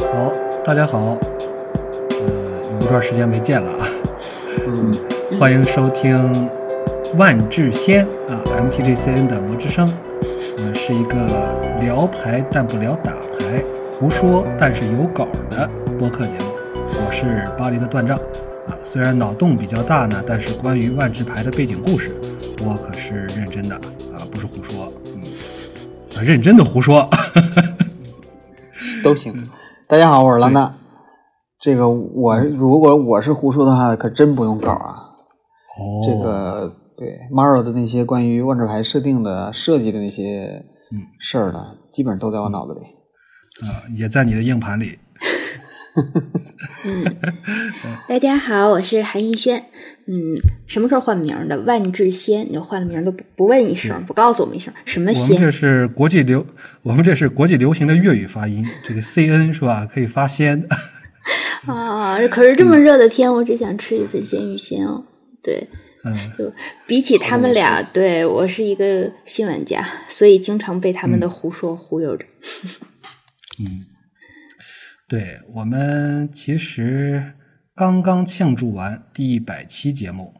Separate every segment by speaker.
Speaker 1: 好，大家好，呃，有一段时间没见了啊，
Speaker 2: 嗯，
Speaker 1: 欢迎收听万智仙啊 MTGCN 的魔之声，我们是一个聊牌但不聊打牌，胡说但是有稿的播客节目。我是巴黎的断账啊，虽然脑洞比较大呢，但是关于万智牌的背景故事，我可是认真的啊，不是胡说，嗯，啊认真的胡说。
Speaker 2: 都行。大家好，我是兰娜。这个我如果我是胡说的话，可真不用稿啊。
Speaker 1: 哦
Speaker 2: 这个对 Maro 的那些关于万智牌设定的设计的那些事儿呢，基本上都在我脑子里。
Speaker 1: 啊，也在你的硬盘里。
Speaker 3: 大家好，我是韩逸轩。嗯，什么时候换名的？万智仙，你就换了名都不不问一声，不告诉我们一声，什么
Speaker 1: 我们
Speaker 3: 仙？
Speaker 1: 这是国际流，我们这是国际流行的粤语发音，这个 C N 是吧？可以发仙。
Speaker 3: 啊，可是这么热的天，我只想吃一份鲜芋仙哦。对，
Speaker 1: 嗯，
Speaker 3: 就比起他们俩，对我是一个新玩家，所以经常被他们的胡说忽悠着。
Speaker 1: 对，我们其实刚刚庆祝完第一百期节目，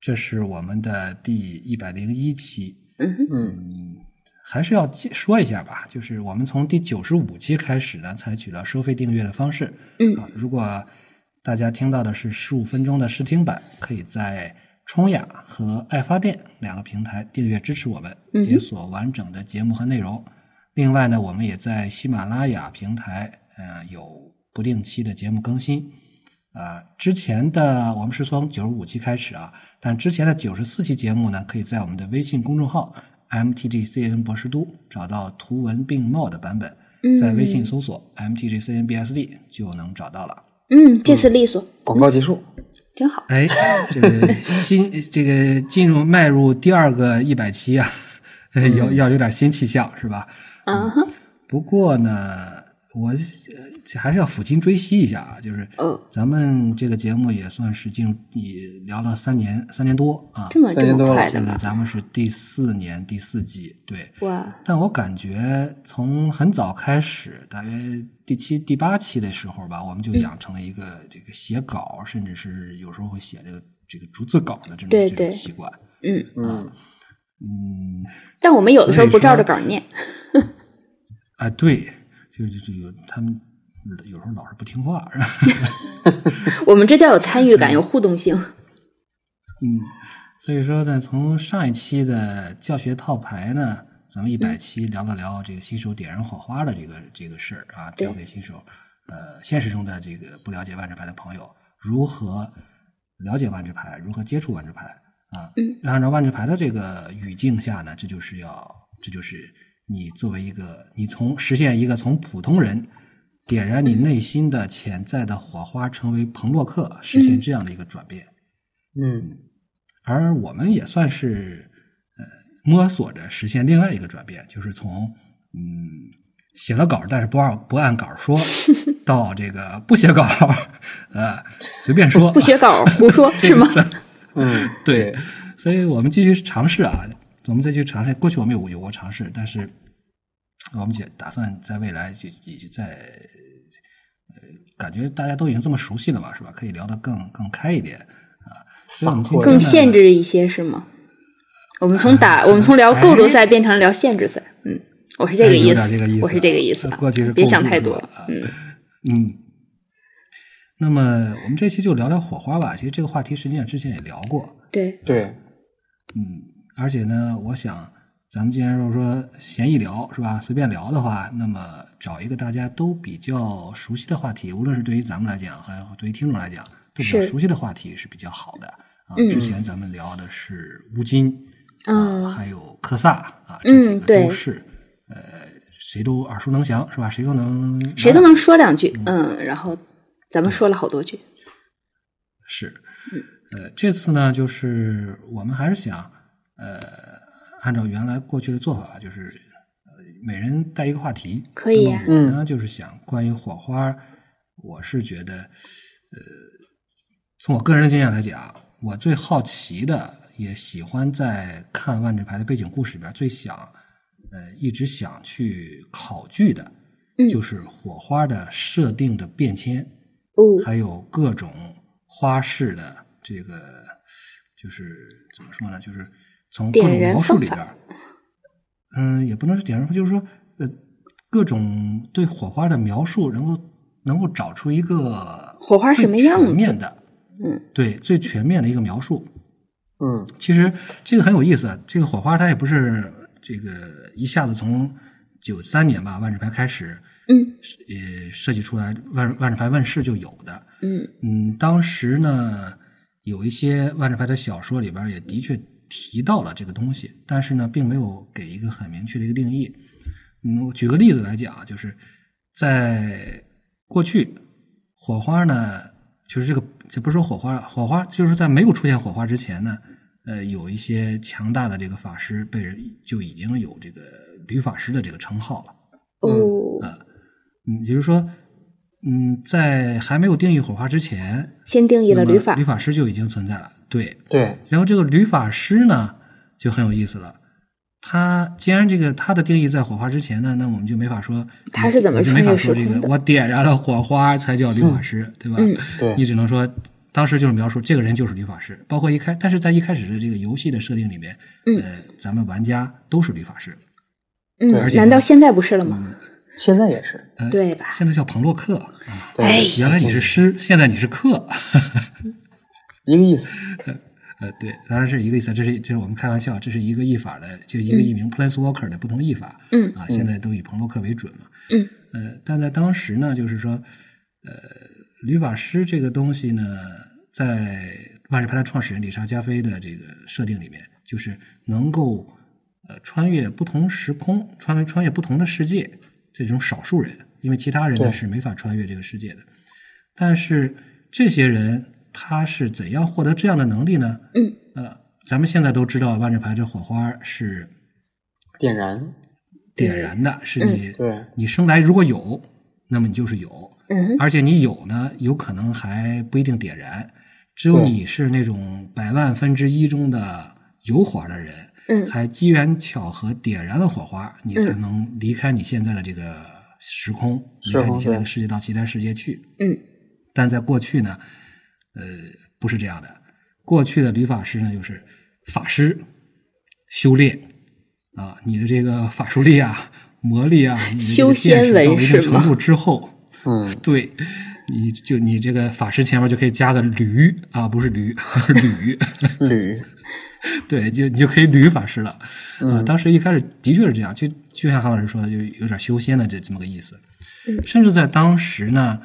Speaker 1: 这是我们的第一百零一期。
Speaker 3: 嗯哼，
Speaker 2: 嗯，
Speaker 1: 还是要介说一下吧，就是我们从第九十五期开始呢，采取了收费订阅的方式。
Speaker 3: 嗯
Speaker 1: 啊，如果大家听到的是十五分钟的试听版，可以在冲雅和爱发电两个平台订阅支持我们，
Speaker 3: 嗯哼
Speaker 1: 解锁完整的节目和内容。另外呢，我们也在喜马拉雅平台，呃，有不定期的节目更新。呃，之前的我们是从九十五期开始啊，但之前的九十四期节目呢，可以在我们的微信公众号 MTGCN 博士都找到图文并茂的版本，
Speaker 3: 嗯
Speaker 1: 在微信搜索 MTGCNBSD 就能找到了。
Speaker 3: 嗯，这次利索，
Speaker 2: 广告结束。
Speaker 3: 真好。
Speaker 1: 哎，这个 新这个进入迈入第二个一百期啊，有 要有点新气象是吧？
Speaker 3: 啊哈，
Speaker 1: 不过呢，我呃还是要抚今追昔一下啊，就是
Speaker 3: 嗯
Speaker 1: 咱们这个节目也算是进入第聊了三年三年多啊
Speaker 3: 这，么
Speaker 2: 三
Speaker 3: 这
Speaker 2: 千多了
Speaker 3: 么快的
Speaker 1: 现在
Speaker 3: 吗？
Speaker 1: 咱们是第四年第四季，对。
Speaker 3: 哇，
Speaker 1: 但我感觉从很早开始，大约第七、第八期的时候吧，我们就养成了一个这个写稿，甚至是有时候会写这个这个逐字稿的这种
Speaker 3: 对
Speaker 1: 这
Speaker 3: 对
Speaker 1: 种习惯。
Speaker 3: 嗯，
Speaker 2: 嗯，
Speaker 1: 嗯，
Speaker 3: 但我们有的时候不照着
Speaker 1: 所
Speaker 3: 稿念。
Speaker 1: 啊，对，就就就有他们有时候老是不听话，是吧？
Speaker 3: 我们这叫有参与感，有互动性。
Speaker 1: 嗯，所以说呢，从上一期的教学套牌呢，咱们一
Speaker 3: 嗯
Speaker 1: 百期聊了聊这个新手点燃火花的这个这个事儿啊，
Speaker 3: 对
Speaker 1: 教给新手，呃，现实中的这个不了解万智牌的朋友如何了解万智牌，如何接触万智牌啊。
Speaker 3: 嗯，
Speaker 1: 按照万智牌的这个语境下呢，这就是要，这就是你作为一个，你从实现一个从普通人。点燃
Speaker 3: 嗯
Speaker 1: 你内心的潜在的火花，成为彭洛克，
Speaker 3: 嗯
Speaker 1: 实现这样的一个转变。
Speaker 2: 嗯，
Speaker 1: 而我们也算是呃摸索着实现另外一个转变，就是从嗯写了稿但是不按不按稿说，到这个不写稿， 呃随便说， 啊
Speaker 3: 不学稿胡说是吗？
Speaker 2: 嗯，
Speaker 1: 对，所以我们继续尝试啊，我们再去尝试。过去我们有有过尝试，但是呃我们也打算在未来就也就在呃，感觉大家都已经这么熟悉了嘛，是吧？可以聊得更更开一点啊，所以我们今
Speaker 2: 嗯
Speaker 1: 天
Speaker 3: 更
Speaker 1: 呢
Speaker 3: 限制一些是吗？我们从打，我们从聊构筑赛变成聊限制赛，嗯，我是这个
Speaker 1: 哎
Speaker 3: 意
Speaker 1: 有
Speaker 3: 思
Speaker 1: 点这个意，思呃
Speaker 3: 我是这个意思啊，
Speaker 1: 过去是
Speaker 3: 别想
Speaker 1: 构筑
Speaker 3: 太
Speaker 1: 是吧
Speaker 3: 多
Speaker 1: 啊，
Speaker 3: 嗯
Speaker 1: 嗯，那么我们这期就聊聊火花吧。其实这个话题实际上之前也聊过，
Speaker 3: 对，
Speaker 2: 对，
Speaker 1: 嗯，而且呢，我想咱们既然就是说闲一聊是吧，随便聊的话，那么找一个大家都比较熟悉的话题，无论是对于咱们来讲，还有对于听众来讲，都比较
Speaker 3: 是
Speaker 1: 熟悉的话题是比较好的。啊，
Speaker 3: 嗯
Speaker 1: 之前咱们聊的是乌金，啊，
Speaker 3: 嗯
Speaker 1: 还有科萨啊，这
Speaker 3: 嗯
Speaker 1: 几个
Speaker 3: 对
Speaker 1: 都是，呃，谁都耳熟能详是吧？谁都能
Speaker 3: 谁都能说两句，嗯，然后咱
Speaker 1: 嗯
Speaker 3: 们说了好多句，
Speaker 1: 是，
Speaker 3: 嗯
Speaker 1: 呃，这次呢，就是我们还是想，呃，按照原来过去的做法，就是呃，每人带一个话题。
Speaker 3: 可以啊呀
Speaker 1: 那么我呢，就是想关于火花，我是觉得，呃，从我个人的经验来讲，我最好奇的，也喜欢在看万智牌的背景故事里边最想，呃，一直想去考据的，
Speaker 3: 嗯
Speaker 1: 就是火花的设定的变迁，
Speaker 3: 哦，
Speaker 1: 还有各种花式的这个，就是怎么说呢？就是从各
Speaker 3: 点
Speaker 1: 种
Speaker 3: 燃
Speaker 1: 描述里
Speaker 3: 方
Speaker 1: 边儿，嗯，也不能是点燃，就是说，呃，各种对火花的描述，能够能够找出一个
Speaker 3: 火花
Speaker 1: 最
Speaker 3: 什么样
Speaker 1: 全
Speaker 3: 子
Speaker 1: 面的，
Speaker 3: 嗯，
Speaker 1: 对，最全面的一个描述。
Speaker 2: 嗯
Speaker 1: 其实这个很有意思，啊，这个火花它也不是这个一下子从九三年吧万智牌开始，
Speaker 3: 嗯
Speaker 1: 呃，设计出来万万智牌问世就有的。
Speaker 3: 嗯
Speaker 1: 嗯，当时呢，有一些万智牌的小说里边也的确提到了这个东西，但是呢，并没有给一个很明确的一个定义。嗯，我举个例子来讲啊，就是在过去，火花呢，就是这个，这不是说火花了，火花就是在没有出现火花之前呢，呃，有一些强大的这个法师被人就已经有这个吕法师的这个称号了。
Speaker 3: 哦，
Speaker 1: 嗯，也就是说，嗯，在还没有定义火花之前，
Speaker 3: 先定义了
Speaker 1: 那么
Speaker 3: 旅法
Speaker 1: 吕，法师就已经存在了。对，
Speaker 2: 对，
Speaker 1: 然后这个吕法师呢就很有意思了。他既然这个他的定义在火花之前呢，那我们就没法说
Speaker 3: 他是怎么
Speaker 1: 我就没
Speaker 3: 穿
Speaker 1: 法
Speaker 3: 越
Speaker 1: 说这
Speaker 3: 时
Speaker 1: 个
Speaker 3: 空的
Speaker 1: 我点燃了火花才叫吕法师，对吧？
Speaker 3: 嗯
Speaker 2: 对
Speaker 1: 你只能说当时就是描述这个人就是吕法师，包括一开，但是在一开始的这个游戏的设定里面，
Speaker 3: 嗯
Speaker 1: 呃，咱们玩家都是吕法师，
Speaker 3: 嗯
Speaker 2: 对而，
Speaker 1: 且
Speaker 3: 难道现在不是了吗？
Speaker 2: 现在也是。
Speaker 1: 呃，
Speaker 3: 对吧
Speaker 1: 现在叫庞洛克啊，
Speaker 2: 对
Speaker 3: 哎
Speaker 1: 原来你是师，现在你是客，
Speaker 2: 一个意思，
Speaker 1: 呃，对，当然是一个意思，这是这是我们开玩笑，这是一个译法的，就一个译名 Planeswalker 的不同译法，
Speaker 3: 嗯
Speaker 1: 啊，现在都以彭洛克为准嘛，
Speaker 3: 嗯，
Speaker 1: 呃，但在当时呢，就是说，呃，吕法师这个东西呢，在万智牌的创始人理查加菲的这个设定里面，就是能够呃穿越不同时空，穿穿越不同的世界，这种少数人，因为其他人呢
Speaker 2: 对
Speaker 1: 是没法穿越这个世界的，但是这些人他是怎样获得这样的能力呢？
Speaker 3: 嗯，
Speaker 1: 呃，咱们现在都知道万智牌这火花是
Speaker 2: 点燃，
Speaker 1: 点燃的，是
Speaker 3: 嗯
Speaker 1: 你、
Speaker 2: 对
Speaker 1: 你生来如果有，那么你就是有，
Speaker 3: 嗯
Speaker 1: 而且你有呢，有可能还不一定点燃，只有
Speaker 2: 对
Speaker 1: 你是那种百万分之一中的有火的人，
Speaker 3: 嗯
Speaker 1: 还机缘巧合点燃了火花，你才
Speaker 3: 嗯
Speaker 1: 能离开你现在的这个时空，离
Speaker 2: 时
Speaker 1: 开你
Speaker 2: 空
Speaker 1: 现在的
Speaker 2: 对
Speaker 1: 世界到其他世界去。
Speaker 3: 嗯
Speaker 1: 但在过去呢，呃，不是这样的。过去的理发师呢，就是法师修炼啊，你的这个法术力啊、魔力啊，你的这
Speaker 3: 修
Speaker 1: 个见识
Speaker 3: 仙文
Speaker 1: 到了一定
Speaker 3: 是
Speaker 1: 程
Speaker 3: 吗
Speaker 1: 度之后，
Speaker 2: 嗯，
Speaker 1: 对，你就你这个法师前面就可以加个驴啊，不是驴， 驴，
Speaker 2: 铝，
Speaker 1: 对，就你就可以捋法师了。啊、当时一开始的确是这样，就就像韩老师说的，就有点修仙的这这么个意思。
Speaker 3: 嗯
Speaker 1: 甚至在当时呢，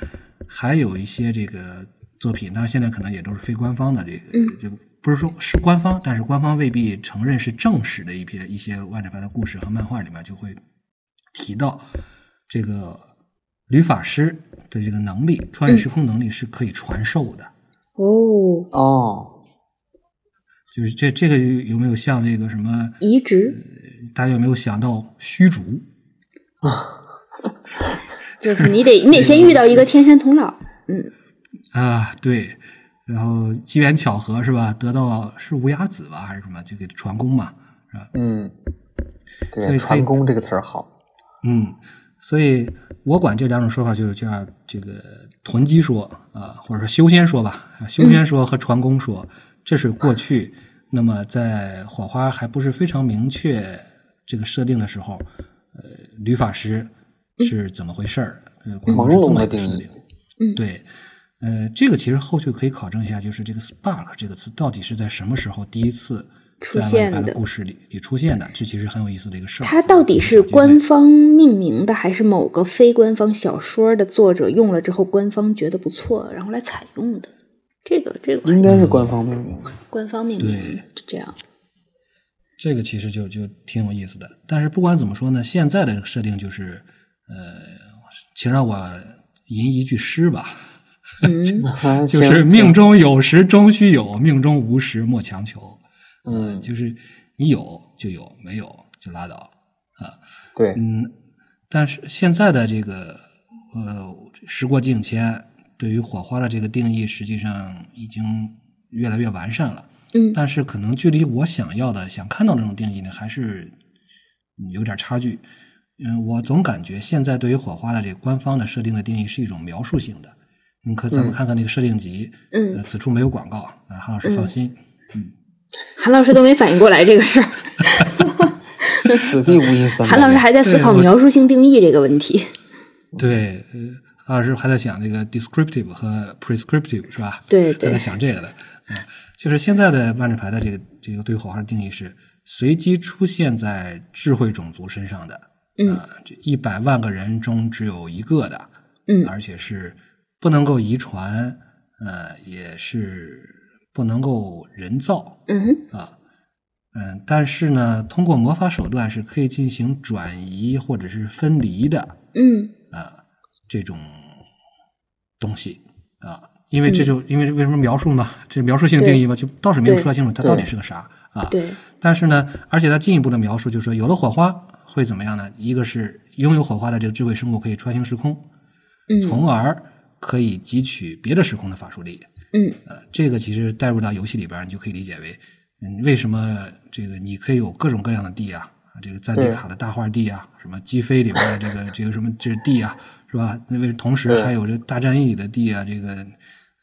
Speaker 1: 还有一些这个作品，当然现在可能也都是非官方的，这个、就不是说是官方，但是官方未必承认是正史的一篇一些万智牌的故事和漫画里面就会提到这个吕法师的这个能力，穿越时空能力是可以传授的。
Speaker 3: 哦，
Speaker 2: 哦，
Speaker 1: 就是这这个有没有像这个什么呃
Speaker 3: 移植
Speaker 1: 大家有没有想到虚竹？
Speaker 3: 就是 你得你得先遇到一个天山童姥，嗯
Speaker 1: 啊，对，然后机缘巧合是吧？得到是无崖子吧，还是什么？就给传功嘛，是吧？
Speaker 2: 嗯，
Speaker 1: 所以可
Speaker 2: 对，
Speaker 1: 以
Speaker 2: 传功这个词儿好，
Speaker 1: 嗯，所以我管这两种说法就是叫这个囤积说啊，或者说修仙说吧，啊修
Speaker 3: 嗯
Speaker 1: 仙说和传功说，这是过去。那么在火花还不是非常明确这个设定的时候，呃，吕法师是怎么回事儿？呃，官方是这么一个设
Speaker 2: 朦胧的
Speaker 1: 定
Speaker 2: 定。
Speaker 3: 嗯
Speaker 1: 对，呃，这个其实后续可以考证一下，就是这个 spark 这个词到底是在什么时候第一次
Speaker 3: 出
Speaker 1: 在
Speaker 3: 现
Speaker 1: 外拍的
Speaker 3: 的
Speaker 1: 故事里里出现的？这其实很有意思的一个事儿。
Speaker 3: 它到底是
Speaker 1: 有机会
Speaker 3: 官方命名的，还是某个非官方小说的作者用了之后，官方觉得不错，然后来采用的？这个这个
Speaker 2: 应该是官方命名，
Speaker 3: 官方命名
Speaker 1: 对
Speaker 3: 这样，
Speaker 1: 这个其实就就挺有意思的。但是不管怎么说呢，现在的这个设定就是，呃，请让我吟一句诗吧，
Speaker 3: 嗯
Speaker 2: 啊
Speaker 1: 就是，命中有时终须有，命中无时莫强求。
Speaker 2: 嗯，
Speaker 1: 就是你有就有，没有就拉倒。
Speaker 2: 对，
Speaker 1: 嗯，但是现在的这个呃，时过境迁，对于火花的这个定义，实际上已经越来越完善了。
Speaker 3: 嗯
Speaker 1: 但是可嗯能距离我想要的、想看到这种定义呢，还是有点差距。嗯，我总感觉现在对于火花的这个官方的设定的定义是一种描述性的。你可咱们看看那个设定集，
Speaker 3: 嗯
Speaker 1: 呃，此处没有广告啊，韩老师放心。
Speaker 3: 韩老师都没反应过来这个事儿，
Speaker 2: 此地无银三百
Speaker 3: 韩老师
Speaker 2: 两
Speaker 3: 还在思考
Speaker 1: 对我
Speaker 3: 描述性定义这个问题。
Speaker 1: 对，呃，韩老师还在想这个 descriptive 和 prescriptive 是吧？
Speaker 3: 对
Speaker 1: 还在
Speaker 3: 对，
Speaker 1: 想这个的，嗯，就是现在的万智牌的这个这个对火花的定义是随机出现在智慧种族身上的，
Speaker 3: 嗯
Speaker 1: 啊，这一百万个人中只有一个的，
Speaker 3: 嗯
Speaker 1: 而且是不能够遗传，呃，也是不能够人造
Speaker 3: 嗯哼
Speaker 1: 啊，嗯，但是呢，通过魔法手段是可以进行转移或者是分离的，
Speaker 3: 嗯
Speaker 1: 啊这种东西啊，因为这就、
Speaker 3: 嗯
Speaker 1: 因为为什么描述嘛，这描述性定义嘛，就倒是没有说清楚它到底是个啥啊。
Speaker 3: 对，
Speaker 1: 但是呢，而且它进一步的描述就是说，有了火花会怎么样呢？一个是拥有火花的这个智慧生物可以穿行时空，
Speaker 3: 嗯
Speaker 1: 从而可以汲取别的时空的法术力。
Speaker 3: 嗯
Speaker 1: 呃，这个其实带入到游戏里边儿，你就可以理解为，嗯，为什么这个你可以有各种各样的地啊，啊这个赞地
Speaker 2: 对
Speaker 1: 卡的大画地啊，什么击飞里边儿的这个这个什么这地啊，是吧？那为同时
Speaker 2: 对
Speaker 1: 还有这大战役的地啊，这个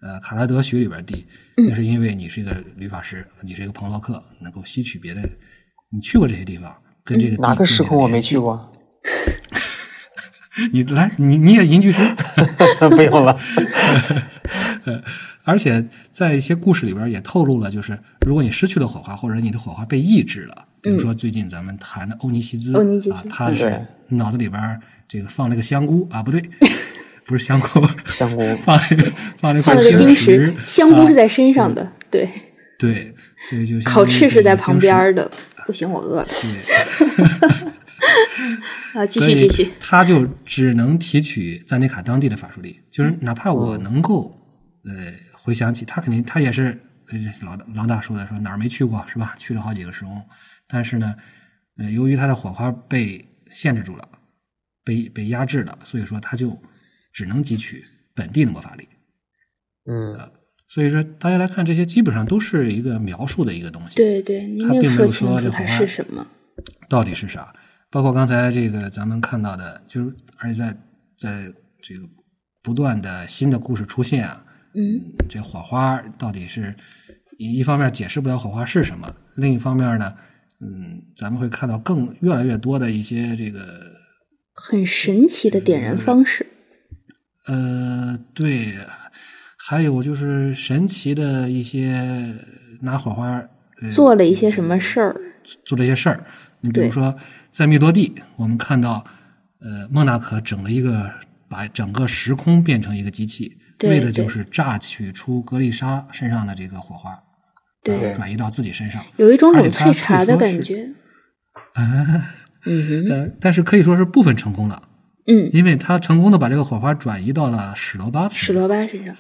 Speaker 1: 呃卡拉德许里边儿地，
Speaker 3: 嗯
Speaker 1: 那是因为你是一个旅法师，你是一个彭洛克，能够吸取别的，你去过这些地方，跟这个地
Speaker 2: 嗯哪
Speaker 1: 建
Speaker 2: 个
Speaker 1: 立
Speaker 2: 时
Speaker 1: 了
Speaker 2: 空我
Speaker 1: 联
Speaker 2: 没
Speaker 1: 系？
Speaker 2: 去过？
Speaker 1: 你来，你你也银居师。嗯
Speaker 2: 不 用了。
Speaker 1: 呃， 而且在一些故事里边也透露了，就是如果你失去了火花，或者你的火花被抑制了，比如说最近咱们谈的欧尼西兹，
Speaker 3: 嗯欧尼西兹
Speaker 1: 啊，他是
Speaker 2: 对
Speaker 1: 脑子里边这个放了个香菇啊，不对，不是香菇，
Speaker 2: 香菇
Speaker 1: 放了一个放了一块
Speaker 3: 放了个
Speaker 1: 晶
Speaker 3: 晶石，香菇是在身上
Speaker 1: 啊
Speaker 3: 的，对，
Speaker 1: 对，所以就相
Speaker 3: 烤
Speaker 1: 当于
Speaker 3: 翅是在旁边
Speaker 1: 这个
Speaker 3: 儿的。不行，我饿了
Speaker 1: 晶石。对
Speaker 3: 啊！继
Speaker 1: 所
Speaker 3: 续
Speaker 1: 以
Speaker 3: 继续，
Speaker 1: 他就只能提取赞尼卡当地的法术力，
Speaker 3: 嗯
Speaker 1: 就是哪怕我能够，
Speaker 3: 哦
Speaker 1: 呃，回想起他肯定他也是，呃，老大老大说的说哪儿没去过是吧？去了好几个时空，但是呢，呃，由于他的火花被限制住了，被被压制了，所以说他就只能汲取本地的魔法力。啊
Speaker 2: 嗯，
Speaker 1: 所以说，大家来看这些，基本上都是一个描述的一个东西。
Speaker 3: 对对，您
Speaker 1: 他
Speaker 3: 没有
Speaker 1: 并没有
Speaker 3: 清
Speaker 1: 说
Speaker 3: 楚
Speaker 1: 这
Speaker 3: 它
Speaker 1: 红
Speaker 3: 是
Speaker 1: 花
Speaker 3: 什么。
Speaker 1: 到底是啥？包括刚才这个咱们看到的，就是而且在在这个不断的新的故事出现啊，
Speaker 3: 嗯
Speaker 1: 这火花到底是一一方面解释不了火花是什么，另一方面呢，嗯，咱们会看到更越来越多的一些这个
Speaker 3: 很神奇的点燃方式。
Speaker 1: 呃，对，还有就是神奇的一些拿火花、呃、
Speaker 3: 做了一些什么事儿？
Speaker 1: 做这些事儿。你比如
Speaker 3: 对
Speaker 1: 说，在密多地，我们看到，呃，莫纳可整了一个，把整个时空变成一个机器，
Speaker 3: 对
Speaker 1: 为的就
Speaker 3: 对
Speaker 1: 是榨取出格丽莎身上的这个火花，
Speaker 3: 对，
Speaker 2: 对
Speaker 1: 转移到自己身上。
Speaker 3: 有一种
Speaker 1: 而
Speaker 3: 冷
Speaker 1: 且
Speaker 3: 萃
Speaker 1: 它
Speaker 3: 茶
Speaker 1: 可以
Speaker 3: 的
Speaker 1: 说
Speaker 3: 感
Speaker 1: 是
Speaker 3: 觉。嗯哼，
Speaker 1: 呃，但是可以说是部分成功了，
Speaker 3: 嗯，
Speaker 1: 因为他成功的把这个火花转移到了史罗巴身上。
Speaker 3: 史罗巴身上，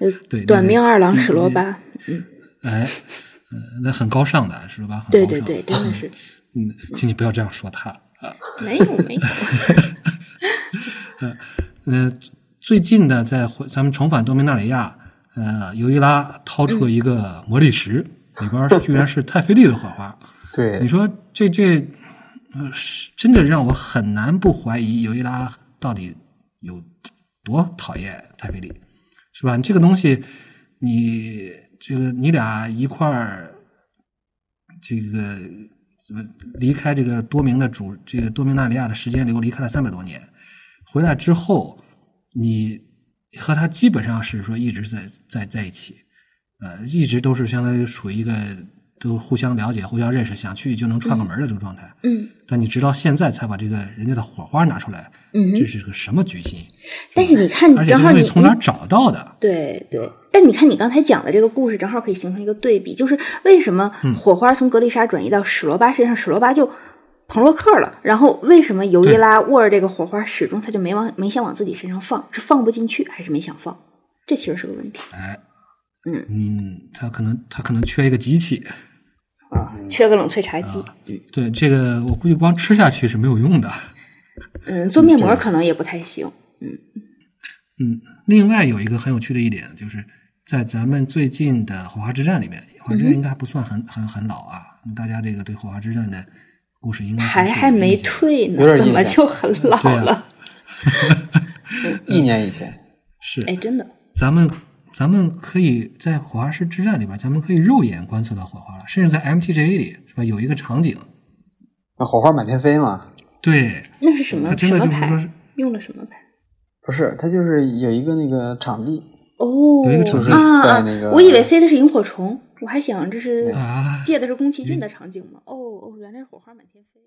Speaker 3: 呃
Speaker 1: 对那
Speaker 3: 短
Speaker 1: 个
Speaker 3: 命二郎
Speaker 1: 第
Speaker 3: 史罗
Speaker 1: 一
Speaker 3: 巴，
Speaker 1: 哎，呃，那很高尚的史罗巴，很高尚。
Speaker 3: 对对对，真的是
Speaker 1: 嗯，请你不要这样说他啊。
Speaker 3: 没有没有，
Speaker 1: 呃，最近呢，在回咱们重返多明纳里亚，呃，尤伊拉掏出了一个魔力石，里边儿居然是太妃丽的火花。你
Speaker 2: 对，
Speaker 1: 说这这，呃，是真的让我很难不怀疑尤伊拉到底有多讨厌太妃丽，是吧？这个东西，你这个你俩一块儿，这个怎么离开这个多明的主这个多明纳里亚的时间流离开了三百多年，回来之后，你和他基本上是说一直在在在一起，呃，一直都是相当于处于一个都互相了解、互相认识，想去就能串个门儿的这个状态。
Speaker 3: 嗯
Speaker 1: 但你直到现在才把这个人家的火花拿出来，
Speaker 3: 嗯
Speaker 1: 这
Speaker 3: 哼。
Speaker 1: 是个什么居心？
Speaker 3: 但是你看，
Speaker 1: 而且
Speaker 3: 正
Speaker 1: 这
Speaker 3: 好
Speaker 1: 东西
Speaker 3: 你
Speaker 1: 从哪儿找到的？
Speaker 3: 对对，但你看你刚才讲的这个故事，正好可以形成一个对比，就是为什么
Speaker 1: 嗯
Speaker 3: 火花从格丽莎转移到史罗巴身上，史罗巴就彭洛克了，然后为什么尤伊
Speaker 1: 对
Speaker 3: 拉握着这个火花，始终他就没往没想往自己身上放，是放不进去还是没想放？这其实是个问题
Speaker 1: 哎嗯，他可能他可能缺一个机器。
Speaker 3: 啊，
Speaker 1: 嗯
Speaker 3: 缺个冷萃茶机。
Speaker 1: 对，这个我估计光吃下去是没有用的。
Speaker 3: 嗯，做面膜可能也不太行。
Speaker 1: 嗯，另外有一个很有趣的一点，就是在咱们最近
Speaker 3: 嗯
Speaker 1: 的《火花之战》里面，《火花之战》应该还不算很很很老啊，大家这个对《火花之战》的故事应该
Speaker 3: 牌
Speaker 1: 是
Speaker 3: 还
Speaker 1: 有
Speaker 3: 没
Speaker 1: 印象
Speaker 3: 退
Speaker 2: 有点
Speaker 3: 呢，怎
Speaker 2: 印
Speaker 3: 么
Speaker 2: 象
Speaker 3: 就很老
Speaker 1: 对啊
Speaker 3: 了？
Speaker 2: 一年以
Speaker 1: 嗯
Speaker 2: 前，
Speaker 1: 是
Speaker 3: 哎，真的，
Speaker 1: 咱们咱们可以在火花石之战里边，咱们可以肉眼观测到火花了，甚至在 MTGA 里是吧？有一个场景，
Speaker 2: 那火花满天飞嘛？
Speaker 1: 对，
Speaker 3: 那是什么
Speaker 1: 它真的
Speaker 3: 什么
Speaker 1: 就是说
Speaker 3: 牌？
Speaker 1: 是
Speaker 3: 用了什么牌？
Speaker 2: 不是，它就是有一个那个场地，
Speaker 3: 哦，
Speaker 1: 有一个场景
Speaker 3: 啊
Speaker 2: 在
Speaker 3: 啊
Speaker 2: 那个
Speaker 3: 我以为飞的是萤火虫，我还想这是
Speaker 1: 啊
Speaker 3: 借的是宫崎骏的场景嘛。哦哦，原来是火花满天飞。